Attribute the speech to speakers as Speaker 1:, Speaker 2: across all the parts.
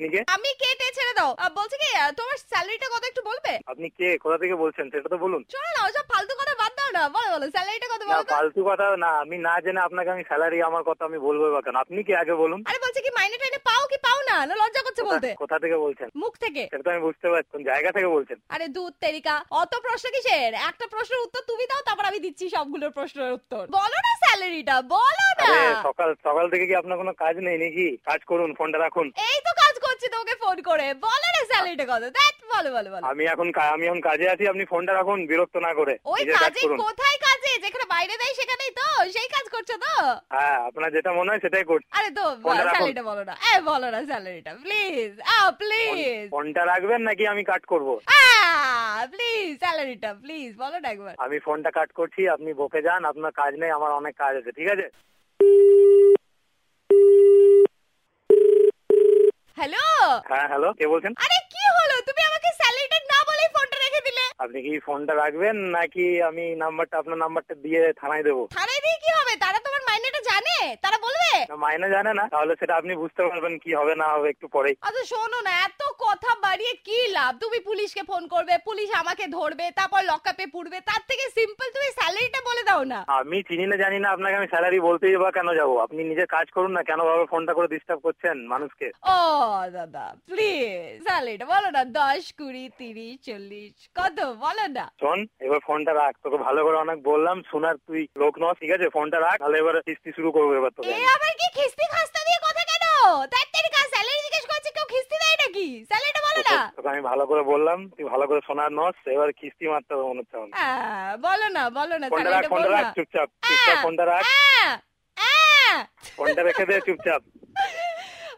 Speaker 1: থেকে
Speaker 2: আমি কেটে ছেড়ে দাও আহ, বলছি কি আহ, তোমার স্যালারিটা কত একটু বলবে
Speaker 1: আপনি কে কোথা থেকে বলছেন সেটা তো বলুন
Speaker 2: শোনো না ওসব ফালতু কথা বাদ দাও না বলো বলো স্যালারিটা কত
Speaker 1: না
Speaker 2: বলো তো
Speaker 1: ফালতু কথা না আমি না জেনে আপনাকে আমি স্যালারি আমার কথা আমি বলবো বা কেন আপনি কি আগে বলুন
Speaker 2: আরে বলছি কি মাইনে টাইনে পাও কি পাও না না লজ্জা করছে আচ্ছা, বলতে
Speaker 1: কোথা থেকে বলছেন
Speaker 2: মুখ থেকে
Speaker 1: সেটা তো আমি বুঝতে পারছি কোন জায়গা থেকে বলছেন
Speaker 2: আরে দুধ তেরিকা অত প্রশ্ন কিসের একটা প্রশ্নের উত্তর তুমি দাও তারপর আমি দিচ্ছি সবগুলোর প্রশ্নের উত্তর বলো না স্যালারিটা বলো না
Speaker 1: আরে সকাল সকাল থেকে কি আপনার কোনো কাজ নেই নাকি কাজ করুন ফোনটা রাখুন
Speaker 2: এই তো কাজ করছি তোমাকে ফোন করে বলো না স্যালারিটা কত দেখ বলো বলো বলো
Speaker 1: আমি এখন কা- আমি এখন কাজে আছি আপনি ফোনটা রাখুন বিরক্ত না করে
Speaker 2: ওই
Speaker 1: নিজের কাজ
Speaker 2: কাজে
Speaker 1: করুন
Speaker 2: কোথায় কাজে যেখানে বাইরে দেয় সেখানেই তো সেই কাজ করছো তো
Speaker 1: হ্যাঁ আপনার যেটা মনে হয় সেটাই করছি
Speaker 2: আরে তো
Speaker 1: ফোনটা রাখো।
Speaker 2: স্যালারিটা বলো না এ বলো না স্যালারিটা প্লিজ আ প্লিজ
Speaker 1: ফোনটা রাখবেন নাকি আমি কাট করব
Speaker 2: আ প্লিজ স্যালারিটা প্লিজ বলো না একবার
Speaker 1: আমি ফোনটা কাট করছি আপনি বকে যান আপনার কাজ নেই আমার অনেক কাজ আছে ঠিক আছে
Speaker 2: হ্যালো
Speaker 1: হ্যাঁ হ্যালো কে বলছেন
Speaker 2: আরে কি হলো তুমি আমাকে স্যালারিটা না বলেই ফোনটা রেখে দিলে
Speaker 1: আপনি কি ফোনটা রাখবেন নাকি আমি নাম্বারটা আপনার নাম্বারটা দিয়ে থানায় দেবো
Speaker 2: থানায় দিয়ে কি হবে তারা তোমার মাইনেটা জানে তারা বলবে
Speaker 1: না, মাইনে জানে না তাহলে সেটা আপনি বুঝতে পারবেন কি হবে না হবে একটু পরেই
Speaker 2: আচ্ছা শোনো না এত কথা বাড়িয়ে কি লাভ তুমি পুলিশকে ফোন করবে পুলিশ আমাকে ধরবে তারপর লকআপে পুড়বে তার থেকে সিম্পল তুমি স্যালারিটা বলে দাও না
Speaker 1: আমি চিনি না জানি না আপনাকে আমি স্যালারি বলতেই বা কেন যাবো আপনি নিজের কাজ করুন না কেন ভাবে ফোনটা করে ডিস্টার্ব করছেন মানুষকে
Speaker 2: ও দাদা প্লিজ স্যালারিটা বলো না দশ কুড়ি তিরিশ চল্লিশ কত বলো না
Speaker 1: শোন এবার ফোনটা রাখ তোকে ভালো করে অনেক বললাম শোনার তুই লোক নস ঠিক আছে ফোনটা রাখ তাহলে এবার কিস্তি শুরু করবো এবার তোকে
Speaker 2: এ
Speaker 1: আমি।
Speaker 2: আবার কি খিস্তি খাস্তা দিয়ে কথা কেন তার থেকে কাজ স্যালারি জিজ্ঞেস করছে কেউ খিস্তি দেয় নাকি স্যালারিটা বলো না
Speaker 1: তোকে- তোকে আমি ভালো করে বললাম তুই ভালো করে শোনার নস এবার কিস্তি মারতে হবে মনে হচ্ছে আমার।
Speaker 2: আচ্ছা, আহ, হ্যাঁ, বলো না বলো না
Speaker 1: ফোনটা রাখ
Speaker 2: স্যালারিটা
Speaker 1: ফোনটা
Speaker 2: বলো
Speaker 1: রাখ
Speaker 2: না হ্যাঁ।
Speaker 1: চুপচাপ চুপচাপ ফোনটা রাখ
Speaker 2: আহ, আহ।
Speaker 1: ফোনটা রেখে দে চুপচাপ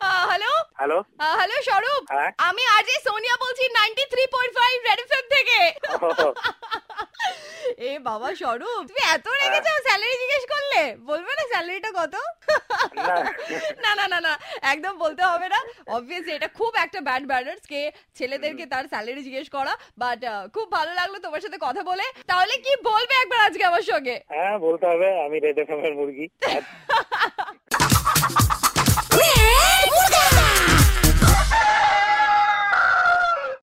Speaker 2: আহ, হ্যালো
Speaker 1: হ্যালো
Speaker 2: আহ, হ্যালো স্বরূপ
Speaker 1: হ্যাঁ
Speaker 2: আমি আরজে সোনিয়া বলছি 93.5 রেড এফএম থেকে
Speaker 1: ও,
Speaker 2: এ বাবা স্বরূপ তুমি এত রেগে যাও স্যালারি জিজ্ঞেস করলে বলবে না স্যালারিটা কত
Speaker 1: না।
Speaker 2: না না না না একদম বলতে হবে না অবভিয়াসলি এটা খুব একটা ব্যাড ম্যানার্স কে ছেলেদেরকে তার স্যালারি জিজ্ঞেস করা বাট খুব ভালো লাগলো তোমার সাথে কথা বলে তাহলে কি বলবে একবার আজকে আমার সঙ্গে
Speaker 1: হ্যাঁ বলতে হবে আমি রেড এফএম এর মুরগি